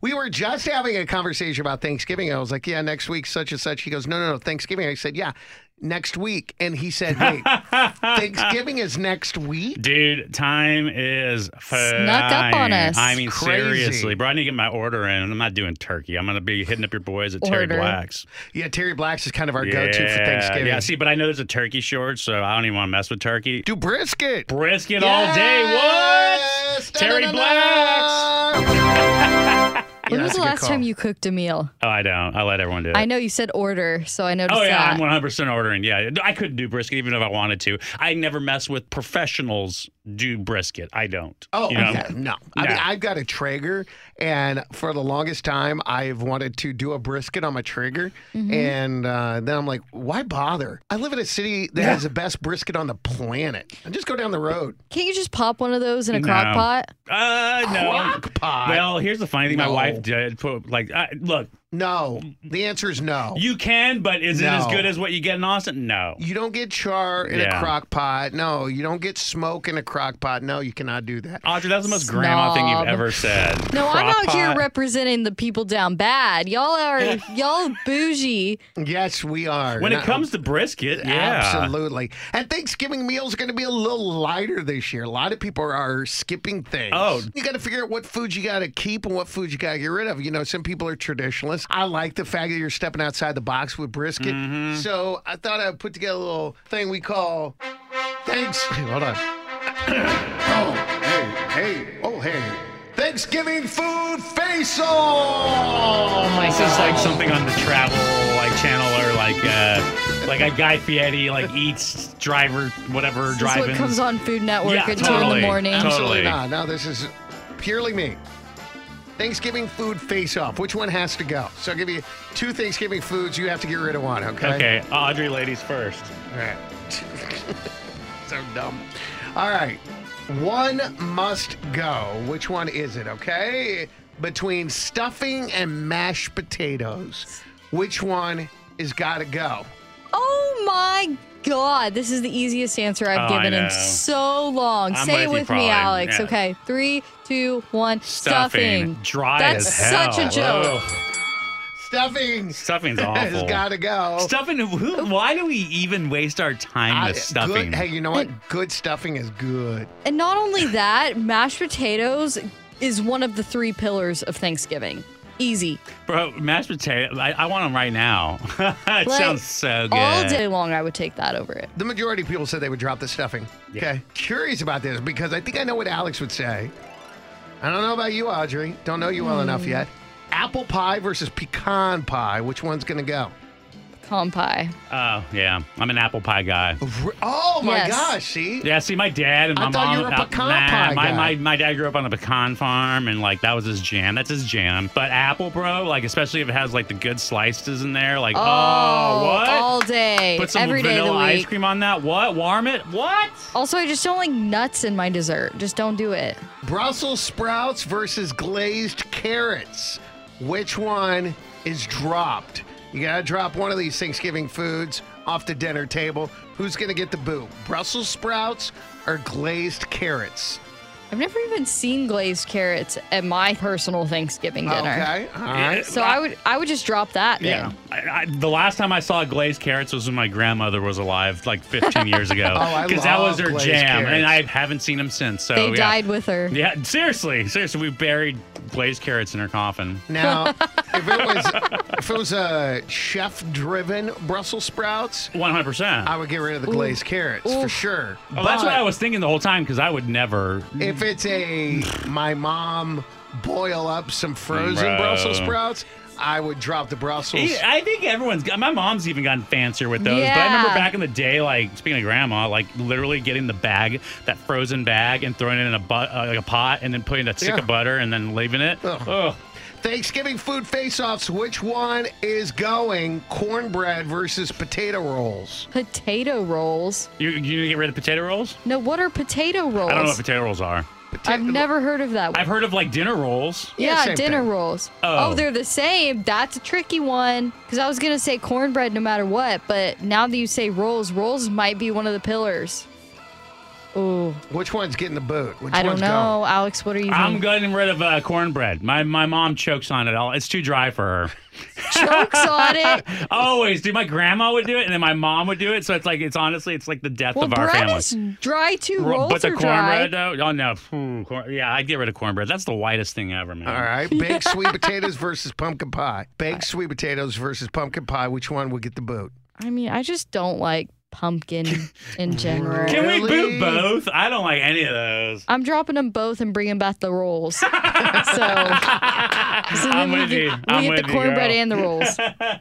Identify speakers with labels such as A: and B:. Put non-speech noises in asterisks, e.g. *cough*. A: We were just having a conversation about Thanksgiving. I was like, yeah, next week, such and such. He goes, no, no, no, Thanksgiving. I said, yeah, next week. And he
B: *laughs*
A: said, wait, Thanksgiving is next week?
B: Dude, time is
C: Snuck up on
B: flying.
C: us.
B: I mean,
A: Crazy.
B: seriously, bro. I need to get my order in. and I'm not doing turkey. I'm gonna be hitting up your boys at Terry
C: Order.
B: Black's.
A: Yeah, Terry Blacks is kind of our go to for
B: Yeah.
A: Thanksgiving.
B: Yeah, see, but I know there's a turkey shortage, so I don't even want to mess with turkey.
A: Do brisket.
B: Brisket all day. What?
A: Yes!
B: Terry Blacks.
A: Da-da-da-da!
C: When
A: Yeah,
C: was
A: that's
C: the
A: a good
C: last time
A: call.
C: you cooked a meal?
B: Oh, I don't. I let everyone do it.
C: I know you said order, so I noticed
B: Oh yeah,
C: that.
B: I'm 100 percent ordering. Yeah, I couldn't do brisket even if I wanted to. I never mess with professionals do brisket. I don't.
A: Oh,
B: You know?
A: yeah, no. I mean,
B: No.
A: I've got a Traeger, and for the longest time, I've wanted to do a brisket on my Traeger. And uh, then I'm like, why bother? I live in a city that has the best brisket on the planet. I just go down the road.
C: Can't you just pop one of those in a crock
B: No.
C: pot?
B: Uh, no.
A: Crock pot.
B: Well, here's the funny thing. My
A: No.
B: wife did put like, I, look,
A: No, the answer is no. You,
B: you can, but is it as
A: No.
B: good as what you get in Austin? No.
A: don't get char in a
B: Yeah.
A: crock pot. No, you don't get smoke in a crock pot. No, you cannot do that.
B: Audrey, that's the most grandma thing you've
C: Snob.
B: ever said.
C: No, I'm
B: Crock
C: out here
B: pot.
C: representing the people down bad. Y'all are y'all bougie.
A: Yes, we are.
B: when
A: No.
B: it comes to brisket, yeah.
A: Absolutely. And Thanksgiving meals are going to be a little lighter this year. A lot of people are skipping things.
B: Oh.
A: You got to figure out what food you got to keep and what food you got to get rid of. You know, some people are traditionalists. I like the fact that you're stepping outside the box with brisket.
B: Mm-hmm.
A: So I thought I'd put together a little thing we call thanks. Hold on. *coughs* oh, hey, hey, oh, hey. Thanksgiving food face off.
B: This is like something on the travel like channel or like uh, like a Guy Fieri like eats driver whatever
C: This is
B: driving.
C: what comes on Food Network
B: Yeah,
C: at two in the
B: totally.
C: morning.
B: Totally.
A: Absolutely not. No, Ah, this is purely me. Thanksgiving food face off. Which one has to go? So I'll give you two Thanksgiving foods. You have to get rid of one, okay?
B: Okay, Audrey, ladies first.
A: All right. *laughs* so dumb. All right. One must go. Which one is it, okay? Between stuffing and mashed potatoes, which one is got to go?
C: Oh my god, this is the easiest answer I've
B: Oh, I
C: given in
B: know.
C: so long.
B: I'm
C: Say
B: with
C: it
B: you,
C: with
B: probably.
C: me, Alex.
B: Yeah.
C: Okay, three, two, one.
B: Stuffing. Dry
C: That's
B: as hell.
C: such a joke.
B: Whoa.
A: Stuffing *laughs*
B: Stuffing's
A: has
B: awful.
A: got to go.
B: Stuffing. Who, why do we even waste our time
A: I-
B: with stuffing?
A: Good, hey, you know what? Good stuffing is good.
C: And not only that, mashed potatoes is one of the three pillars of Thanksgiving. Easy.
B: Bro, mashed potato. I, I want them right now. *laughs* it
C: Like,
B: sounds so good.
C: All day long, I would take that over it.
A: The majority of people said they would drop the stuffing.
B: Yeah.
A: Okay. Curious about this because I think I know what Alex would say. I don't know about you, Audrey. Don't know you well enough
C: Hmm.
A: yet. Apple pie versus pecan pie. Which one's going to go?
C: Pecan pie.
B: Oh yeah, I'm an apple pie guy.
A: R- Oh my
C: Yes.
A: gosh! See,
B: Yeah, see, my dad and
A: I
B: my
A: thought
B: mom.
A: you were a
B: uh,
A: pecan
B: nah,
A: pie
B: my,
A: guy.
B: my my dad grew up on a pecan farm, and like that was his jam. That's his jam. But apple, bro, like especially if it has like the good slices in there, like oh, what?
C: All day.
B: Put some
C: every day of
B: vanilla
C: the
B: ice
C: week.
B: cream on that. What? Warm it? What?
C: Also, I just don't like nuts in my dessert. Just don't do it.
A: Brussels sprouts versus glazed carrots. Which one is dropped? You gotta drop one of these Thanksgiving foods off the dinner table. Who's gonna get the boo? Brussels sprouts or glazed carrots?
C: I've never even seen glazed carrots at my personal Thanksgiving dinner.
A: Okay. All right.
C: So I would I would just drop that
B: Yeah.
C: then.
B: I, I, the last time I saw glazed carrots was when my grandmother was alive, like 15 years ago.
A: *laughs* Oh, I
B: that
A: love
B: was her
A: glazed
B: jam, and
A: carrots.
B: I haven't seen them since. So
C: They
B: Oh, yeah.
C: died with her.
B: Yeah, seriously, seriously, we buried glazed carrots in her coffin.
A: Now, if it was if it was a chef-driven Brussels sprouts,
B: 100. percent
A: I would get rid of the glazed carrots for
C: Oof.
A: sure.
B: Oh, that's what
A: But
B: I was thinking the whole time because I would never.
A: If it's a my mom boil up some frozen
B: Bro.
A: Brussels sprouts, I would drop the Brussels.
B: I think everyone's. got- My mom's even gotten fancier with those. But I remember
C: Yeah.
B: back in the day, like speaking of grandma, like literally getting the bag, that frozen bag, and throwing it in a but, uh, like a pot, and then putting a stick
A: Yeah.
B: of butter, and then leaving it.
A: Ugh.
B: Ugh.
A: Thanksgiving food face-offs. Which one is going? Cornbread versus potato rolls.
C: Potato rolls.
B: You you get rid of potato rolls?
C: No, what are potato rolls?
B: I don't know what potato rolls are.
C: I've never heard of that one.
B: I've heard of like dinner rolls.
A: Yeah,
C: yeah,
A: same
C: dinner
A: thing.
C: rolls.
B: Oh.
C: they're the same. That's a tricky one. Because I was going to say cornbread no matter what, but now that you say rolls, rolls might be one of the pillars. Ooh,
A: Which one's getting the boot? Which
C: I don't
A: one's
C: know, Alex. What are you?
B: I'm
C: think?
B: getting rid of uh, cornbread. My my mom chokes on it all. It's too dry for *laughs*
C: *laughs* Jokes on it.
B: her. Always, dude. My grandma would do it, and then my mom would do it. So it's like it's honestly it's like the death
C: Well,
B: of our
C: bread
B: family.
C: is dry too.
B: Ro-
C: Rolls
B: but the
C: are dry.
B: cornbread though, oh no, Phew, corn- yeah, I'd get rid of cornbread. That's the whitest thing ever, man.
A: All right, baked sweet potatoes versus pumpkin pie. Baked sweet potatoes versus pumpkin pie. Which one would get the boot?
C: I mean, I just don't like pumpkin
B: *laughs*
C: in general.
B: Can we
A: Really?
B: boot both? I don't like any of those. *laughs*
C: I'm dropping them both and bringing back the rolls. so, so then
B: I'm
C: we
B: with
C: get,
B: you.
C: we
B: I'm
C: get
B: with
C: the
B: you,
C: cornbread
B: girl.
C: and the rolls.